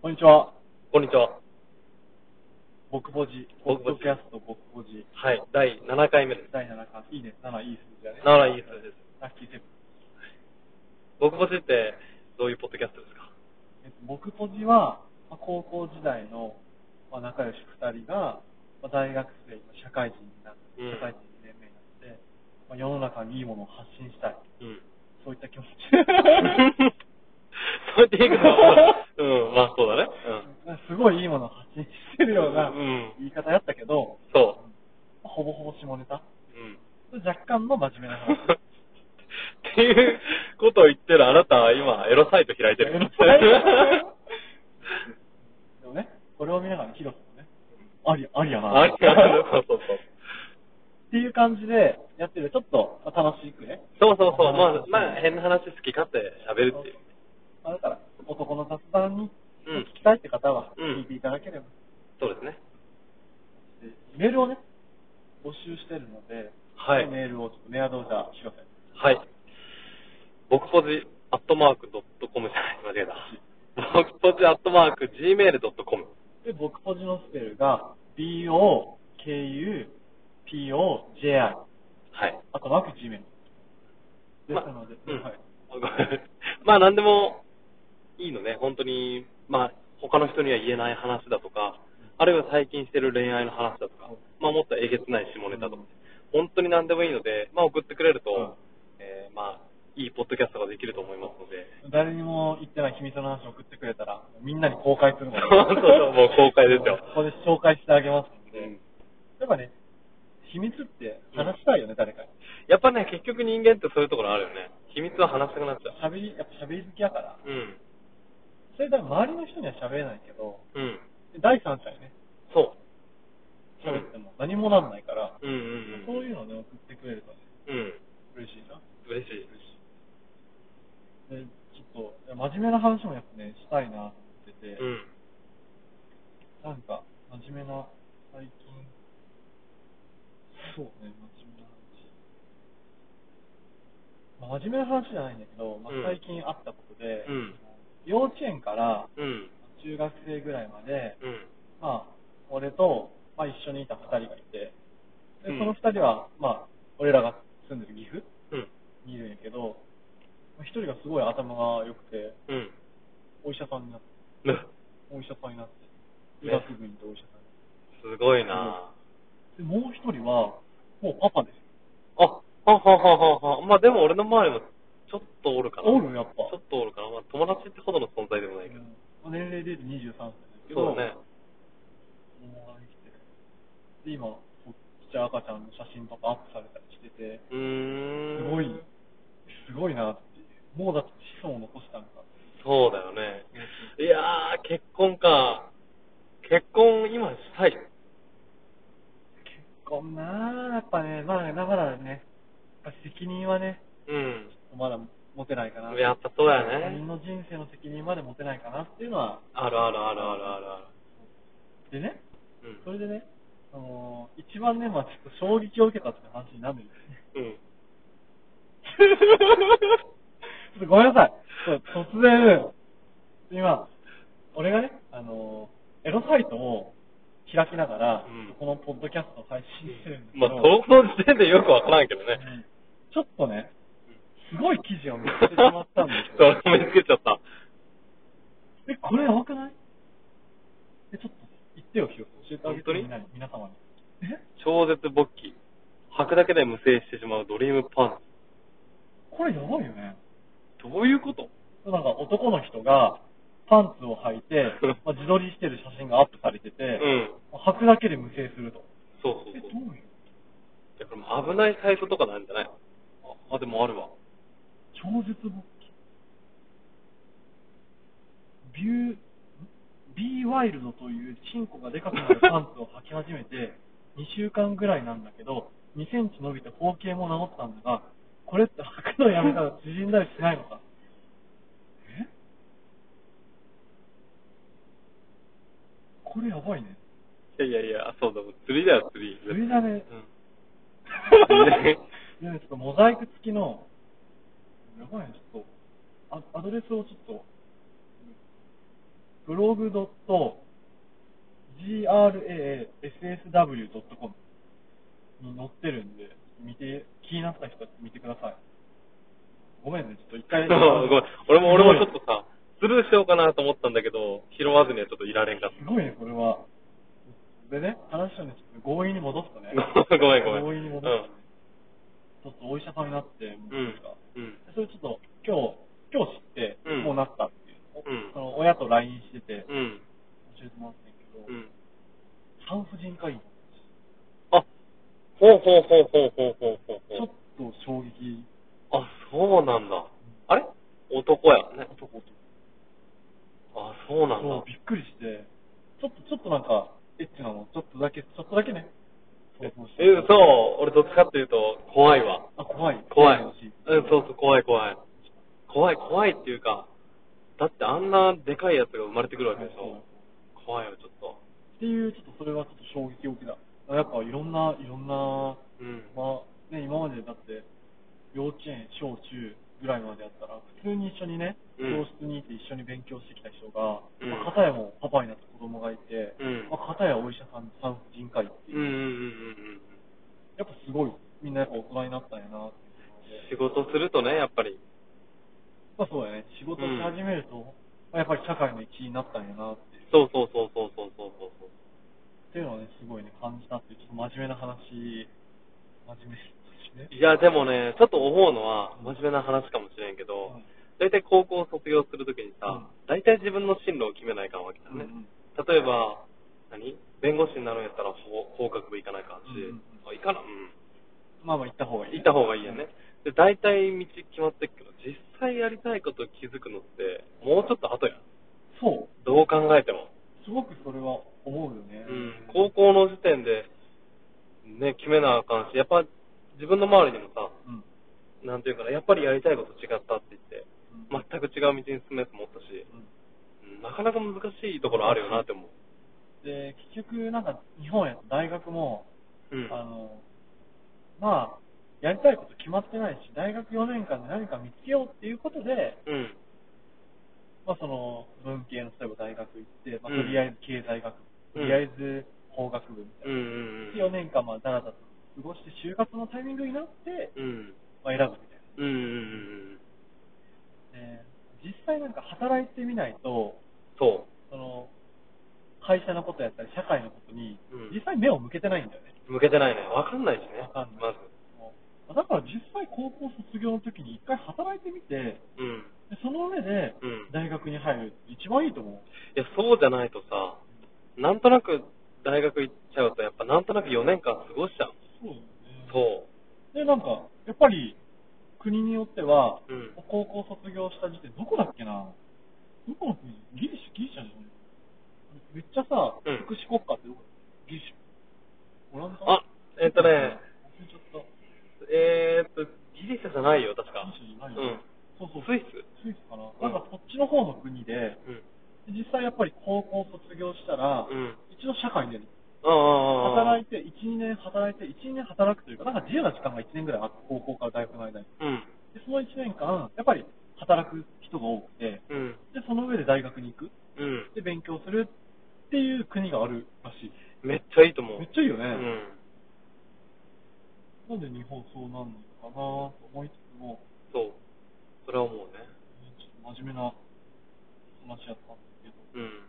こんにちは。こんにちは。ボクボジ。ボクボポッドジキャストボクボジ。はい、第7回目です。第7巻。いいね。7いい数字だね。 7いい数字です。ラッキーセブン。僕ぼちって、どういうポッドキャストですかえっと、ボクポジは、まあ高校時代の、まあ、仲良し2人が、まあ、大学生、今社会人になって、うん社会人2年目になって、まあ、世の中にいいものを発信したい。うん。そういった気持ち。そうやって言い方は、うん、まあそうだね。 すごいいいものを発信してるようなうん言い方やったけどうん。、そまあほぼほぼ下ネタ。う。うん。若干の真面目な話。っていうことを言ってるあなた、今、エロサイト開いてる。エロサイトでもね、これを見ながら、ヒロさんもね、あり、ありやな。ありや なそうそうそっうていう感じでやってる、ちょっとまあ楽しくね。そうそうそう。まあ、まあ、変な話好き勝手喋るっていう。まあだから、男の雑談にうん聞きたいって方は、うん聞いていただければ、そうですね。でメールをね、募集してるので、はいメールをちょっとメアドをじゃあ、ヒロさん。はい。僕ポジアットマークドットコムじゃない、間違えた。僕ポジアットマーク gmail.com。で、僕ポジのスペルが、B-O-K-U-P-O-J-I。はい。あと、マーク Gmail。ですまので、うんはい。 まあ、なんでもいいのね、本当に、まあ、他の人には言えない話だとか、あるいは最近してる恋愛の話だとか、まあ、もっとえげつない下ネタとか、本当に何でもいいので、まあ、送ってくれると、うんえーまあ、いいポッドキャストができると思いますので、誰にも言ってない秘密の話を送ってくれたら、みんなに公開するので。 そうそうそうもう公開ですよここで紹介してあげますので。うんやっぱね、秘密って話したいよね、誰かに。やっぱね、結局人間ってそういうところあるよね。秘密は話したくなっちゃう。喋り、やっぱ喋り好きやから。うん。それだから周りの人には喋れないけど、うん。第三者にね、そ喋っても何もなんないから、う。うんうんうん。そういうのね、送ってくれるとね、うん。嬉しいな。嬉しい。で、ちょっと、真面目な話もやっぱね、したいなと思ってて、うん。なんか、真面目な、最近、そうね、真面目な話。まあ、真面目な話じゃないんだけど、まあうん、最近あったことで、うん幼稚園からうん。中学生ぐらいまで、うん。まあ、俺と、まあ、一緒にいた二人がいて、でうんその二人は、まあ、俺らが住んでる岐阜うん。にいるんやけど、まあ一人がすごい頭が良くて、うん。お医者さんになって、ねお医者さんになって、医ね学部にいてお医者さんになって。すごいなで、もう一人は、もうパパです。あ、ははははは。まあでも俺の周りもちょっとおるかな。おるやっぱちょっとおるかな。まあ友達ってほどの存在でもないけど。うん年齢で言うと23歳ですけど、そうだね。もう生きてる。で、今、こうちっちゃい赤ちゃんの写真とかアップされたりしてて、うーん。すごい、すごいなっていう。もうだって子孫を残したんだ。そうだよね。いやー、結婚か。結婚今したい。結婚なあやっぱね、まあ、だからね、やっぱ責任はね、うん。まだ持てないかな。やっぱそうだよ他ね人の人生の責任まで持てないかなっていうのは、あるあるあるあるあるあでね、る。うん。それでね、あのー一番ね、まあちょっと衝撃を受けたって話になるんですね。うん。ちょっと ごめんなさい。そう突然、今、俺がね、あのーエロサイトを開きながら、うんこのポッドキャストを配信してるんですけまど、あ、その時点でよくわからんけどね。ちょっとね、すごい記 事を見つけてしまったんですそうよ。、見つけちゃった。え、これやばくないえ、ちょっと言ってよ、ひよ。教えてあげ本当てにみんなに、皆様に。え超絶勃起。履くだけで無制してしまうドリームパンこれやばいよね。ツ。どういうこと、なんか男の人がパンツを履いて まあ、自撮りしてる写真がアップされてて、うん。履くだけで無制すると。そうそうえ、どそう。ういういや、これも危ないサイトとかなんじゃないあ、あでもあるわ。超絶勃起。ビュー、んビーワイルドというチンコがでかくなるパンツを履き始めて、2週間ぐらいなんだけど、2センチ伸びて包茎も治ったんだが、これって履くのやめたら縮んだりしないのか。えこれやばいね。いやいやいや、そうだ、もう釣りだよ、釣り。釣りだねう いやちょっとモザイク付きの、やばいね、ちょっと、あアドレスをちょっと、ブログ .grassw.com に載ってるんで、見て、気になった人は見てください。ごめんね、ちょっと一 回。ごめん俺も、俺もちょっとさ、スルーしようかなと思ったんだけど、拾わずにはちょっといられんかっすごいね、これは。でね、話をね、ちょっと強引に戻すとね。た。 ごめんごめん。強引に戻すとね、ちょっとお医者さんになって、もううんなんかうん。でそれちょっと今日、今日知って、うんもうなったっていう。うんその親と LINE してて、うん。うん。教えてもらってんけど、うん。産婦人科医、あ、ほうほうほうほうほうほうほうちょほうっ。と衝撃、あ、そうなんだ。あれ男やね。男と。あ、そうなんそだう、。びっくりして、ちょっと、ちょっとなんか、エッチなの、ちょっとだけ、ちょっとだけね。え、そうそう、俺どっちかっていうと、怖いわ。あ、怖い。怖い。う、うんそうそう、怖い怖い。怖い怖いっていうか、だってあんなでかいやつが生まれてくるわけでしそうょ。怖いよ、ちょっと。っていう、ちょっとそれはちょっと衝撃を受けた。やっぱいろんな、いろんな、うん。まあ、ね、今までだって、幼稚園、小中ぐらいまでやったら、普通に一緒にね、うん教室にいて一緒に勉強してきた人が、うんまあ、片やもうパパになった子供がいて、うんまあ、片やお医者さん、産婦人科医ってういう、んうんうんうんうん。やっぱすごい、みんなやっぱ大人になったんやなっていうので仕事するとね、やっぱり。まあそうだね、仕事し始めると、まあやっぱり社会の一員になったんやなっていう、っそうそうそうそうそうそうそう。ていうのはね、すごいね、感じたっていう、ちょっと真面目な話、真面目、真面目いや、でもね、ちょっと思うのは、真面目な話かもしれんけど、うん大体高校を卒業するときうにんさ、大体自分の進路を決めないかんわけだうね。ん例えば、何弁護士になるんやったら法法学部行かないかんし、うんうんあ行かな、うん。まあまあ行った方がいい、行った方がいいよね。で、大体道決まってっけど、実際やりたいこと気づくのって、もうちょっと後やん。そう、どう考えても。すごくそれは思うよね。うん、高校の時点で、ね、決めなあかんし、やっぱ自分の周りにもさ、うん。なんていうかな、やっぱりやりたいこと違ったって言っうて、ん全く違う道に進むやつもおったし、うんなかなか難しいところあるよなって思う。で、結局、なんか、日本やと大学も、うん。あの、まあ、やりたいこと決まってないし、大学4年間で何か見つけようっていうことで、うん。まあ、その、文系の、例えば大学行って、まあ、うんとりあえず経済学部、うんとりあえず法学部みたういんな。うんうん。 4年間、まあ、だらだと過ごして、就活のタイミングになって、うん。まあ、選ぶみたいうんうんうんうん。な。で実際なんか働いてみないと、そその、会社のことやったり、社会のことにうん、実際目を向けてないんだよね。う。向けてないね。わかんないしね。わかんないまず。だから実際高校卒業の時に一回働いてみて、うん。でその上でうん大学に入るって一番いいと思う。いや、そうじゃないとさ、なんとなく大学行っちゃうと、やっぱなんとなく4年間過ごしちゃう。そうだよね。そで、なんか、やっぱり国によっては、うん高校卒業した時点、どこだっけなどこの国ギリシャ、ギリシャじゃないめっちゃさ、うん福祉国家ってどこギリシャ。オランダあえっとね忘れちゃった。う。えーっと、ギリシャじゃないよ、確か。ギリシャじゃないよねうん。そうそう。スイスイスかな、んなんかそっちの方の国で、スうん。で実際やっぱり高校卒業したら、うん一度社会に出る。ああ、働いて、1、2年働いて、1、2年働くというか、なんか自由な時間が1年ぐらいあって、高校から大学の間に。うん。で、その1年間、やっぱり働く人が多くて、うん。で、その上で大学に行く。うん。で、勉強するっていう国があるらしい。めっちゃいいと思う。めっちゃいいよね。うん。なんで日本そうなんのかなと思いつつも、そう。それは思うね。ちょっと真面目な話やったんですけど。うん。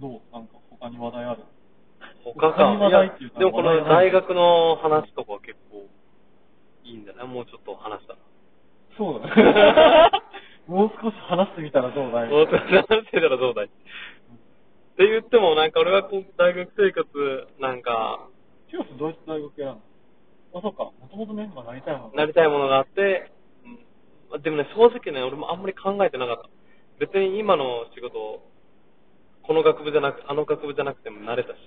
どうなんか他に話題ある他他にか。話いや題っていうかでもこ話の題ない大学の話とかは結構いいんだね。もうちょっと話したら。そうだね。 もう少し話してみたらどうだい大人になってたらどうだいって言っても、なんか俺はこう大学生活、なんか、ヒロスどうやって大学選んだのあ、そっか。もともとね、まあ、なりたいもの。なりたいものがあって、うんでもね、正直ね、俺もあんまり考えてなかった。別に今の仕事、この学部じゃなく、あの学部じゃなくても慣れたし、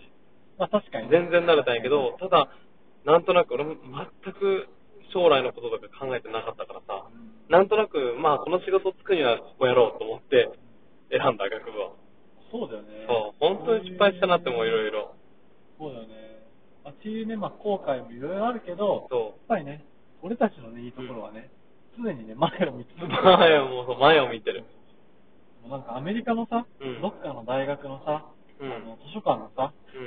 まあ確かに、全然慣れたんやけど、ただ、なんとなく俺も全く将来のこととか考えてなかったからさ、なんとなく、まあこの仕事つくにはここやろうと思って選んだ学部は。そうだよね。そう、本当に失敗したなって思う、いろいろ。ろ。そうだよね。あっていうね、まあ後悔もいろいろあるけど、やっそう。ぱりね、俺たち のね、いいところはね、常にね、前を見つめて前を、もうそう前を見てる。なんなんかアメリカのさ、うんどっかの大学のさ、うんあの図書館のさ、う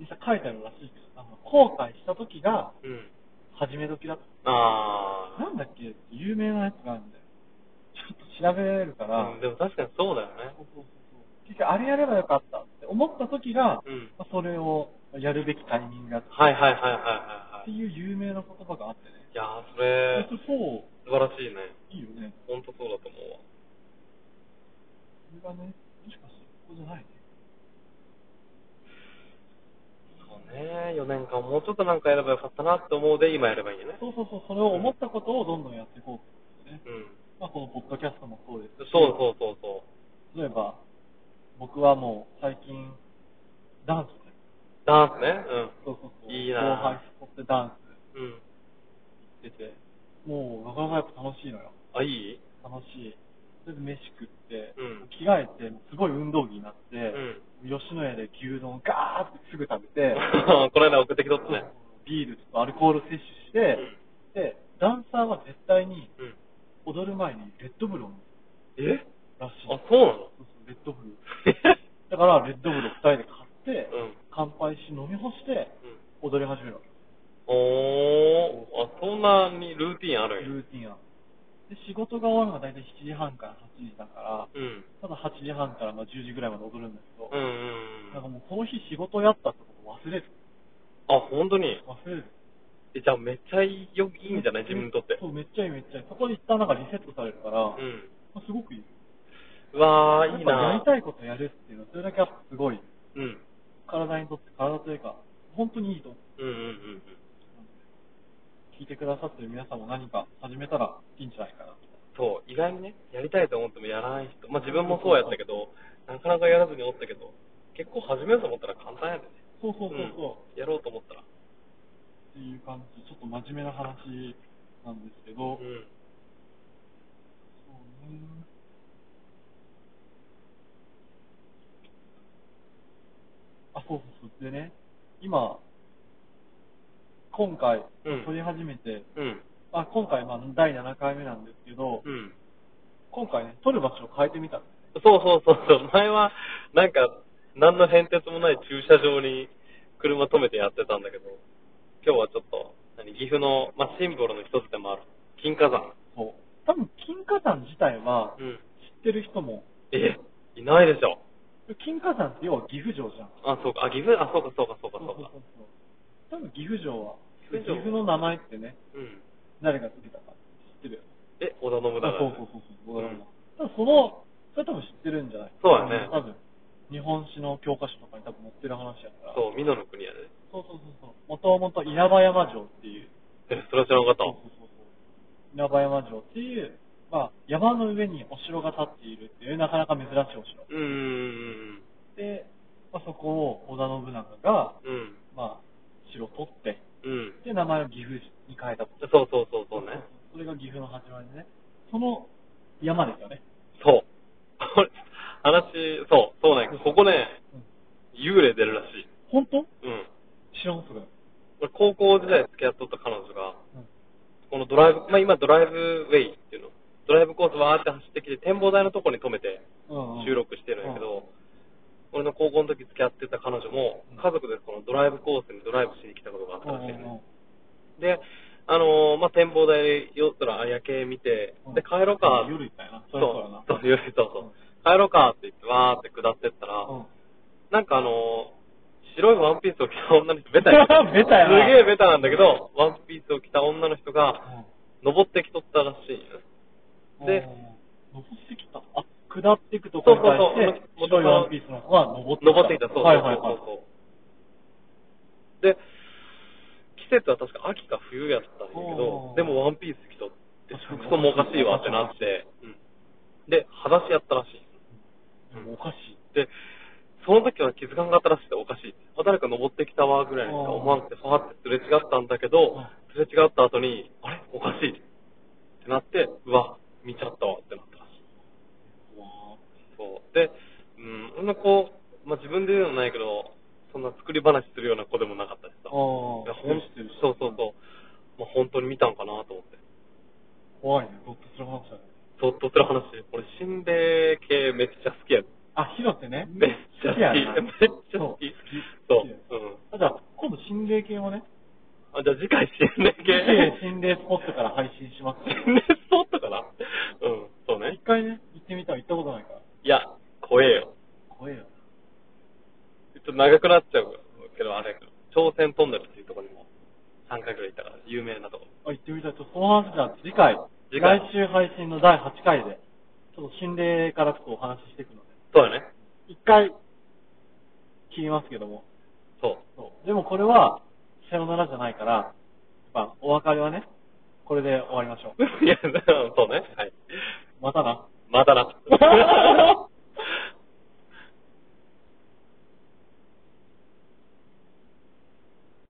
実際書いてあるらしいけど、あの後悔した時がん。うん。始め時だと。ああ。なんだっけ有名なやつがあるんだよ。ちょっと調べられるから、うん、でも確かにそうだよね。そうそうそうそう結局あれやればよかったって思った時が、うん。まあそれをやるべきタイミングだったはいはいはいはいはってい。はいいう有名な言葉があってね。いやー、それ、それそう、素晴らしいね。いいよね。ほんとそうだと思うわ。それがね、もしかしてここじゃないね。そうね、4年間もうちょっとなんかやればよかったなって思うで、今やればいいよね。そうそうそう、それを思ったことをどんどんやっていこうっていうね。うん。まあ、このポッドキャストもそうですそうしそうそうそう。例えば、僕はもう最近、ダンスね。ダンスね。そうそうそう。いいな後輩スポってダンうん。うん。スしてて、もうなかなかやっぱ楽しいのよ。あ、いい楽しい。それで飯食って、うん着替えて、すごい運動着になって、うん。吉野家で牛丼ガーってすぐ食べて、 この間送ってきとったね。ビールとアルコール摂取して、で、ダンサーは絶対にうん。うん。踊る前にレッドブルを飲むえらしい。あ、そうなのそうそうレッドブル。だから、レッドブルを2人で買って、うん。乾杯し、飲み干して、うん。踊り始めるわけ。おー、あ、そんなにルーティンあるんや。ルーティンは。で、仕事が終わるのが大体7時半から8時だから、うん。ただ8時半からまあ10時ぐらいまで踊るんだけど、うんうなんかんうん。もうその日仕事やったってこと忘れる。あ、ほんとに忘れる。え、じゃあめっちゃいいよいいんじゃない自分にとって。そう、めっちゃいいめっちゃいい。そこで一旦なんかリセットされるから、うん。まあすごくいい。うわー、いやっいなぱやりたいことやるっていうのは、それだけやっぱすごい。うん。うん体にとって、体というか、本当にいいと思う。うんうんうん。聞いてくださってる皆さんも何か始めたらいいんじゃないかな。そう、意外にね、やりたいと思ってもやらない人、まあ自分もそうやったけど、なかなかやらずにおったけど、結構始めようと思ったら簡単やでね。そうそうそうそう。うんやろうと思ったら。っていう感じで、ちょっと真面目な話なんですけど、うん。そうね。あ、そうそうそう。でね、今、今回、うん撮り始めて、うん。あ今回、まあ、第7回目なんですけど、うん。今回ね、撮る場所を変えてみたんです。そうそうそうそう、 前は、なんか、何の変哲もない駐車場に車止めてやってたんだけど、今日はちょっと、何、岐阜の、まあ、シンボルの一つでもある、金華山。そう。多分、金華山自体は、うん。知ってる人も、え、いないでしょ。金華山って要は岐阜城じゃん。あ、そうか、あ、岐阜、あ、そうか、そうか、そうそか、うそそううそうか。そう。多分岐阜城は、岐岐阜城阜の名前ってね、うん。誰がつけたか知ってるよ。え、織田信長。あそうそうそうそう。ううんん、多分その、それ多分知ってるんじゃないそうだね多分、日本史の教科書とかに多分載ってる話やから。そう、美濃の国やで。そうそうそうそう。もともと稲葉山城っていう、え、それは知らなかった。そうそうそうそう稲葉山城っていう、まあ、山の上にお城が建っているっていう、なかなか珍しいお城。うーん。で、まあ、そこを織田信長が、うん。まあ、城を取って、うん。で、名前を岐阜に変えたと。そうそうそうそうね。それが岐阜の始まりでね。その山ですよね。そう。 これ話、そう、そうね。ここね、うん、幽霊出るらしい。本当うん。知らんそれ。俺、高校時代付き合っとった彼女が、うんこのドライブ、まあ、今ドライブウェイっていうの。ドライブコースわーって走ってきて、展望台のとこに止めてうんうん収録してるんやけど、俺の高校の時付き合ってた彼女もうん、家族でこのドライブコースにドライブしに来たことがあっうたんらしいね。うんで、あのーまあ、展望台寄ったら夜景見て、うんで、帰ろうか。夜行ったよなそそうりゃそうやな、そう、夜、そうそううん。帰ろうかって言って、わーって下ってったら、うんなんかあのー白いワンピースを着た女の人、ベタや ベタやなすげえベタなんだけど、ワンピースを着た女の人が、登ってきとったらしいんよね。うんで登ってきた。あ、下っていくところに対してそうそ白うそういワンピースの子は登ってきた。登ってきた、そうそうはいそうはいはい。そうそう。で、季節は確か秋か冬やったんやけどお、ーでもワンピース着とって、確かに服装もおかしいわってなって、うんで、裸足やったらしい。でもおかしい。で、その時は気づかんかったらしくておかしい。あ誰か登ってきたわぐらいにしか思わなくて、ファーってすれ違ったんだけどうん、すれ違った後に、あれおかしいってなって、うわ、見ちゃったわってなったらしい。そう。で、うん、そんなこう、まあ、自分で言うのないけど、そんな作り話するような子でもなかったしあさ。ーいやほん知ってる知ってるそうそうそう。まあ、本当に見たんかなと思って。怖いね。ゾッとする話だね。ゾッとする話。俺、心霊 次回心霊系。 心霊スポットから配信します。心霊スポットかなうん、そうね一。回ね、行ってみたら行ったことないから。いや、怖えよ。怖えよ。ちょっと長くなっちゃうけど、あれやけど、朝鮮トンネルっていうところにも3回くらい行ったから、有名なとこ。あ、行ってみたい。ちょっとその話じゃあ次回、次回来週配信の第8回で、ちょっと心霊からちょっとお話ししていくので、そうだね。一回切りますけども、そう。そうでもこれは、さよならじゃないから、やっぱお別れはね、これで終わりましょう。 いや、そうね。はい。またな。 またな。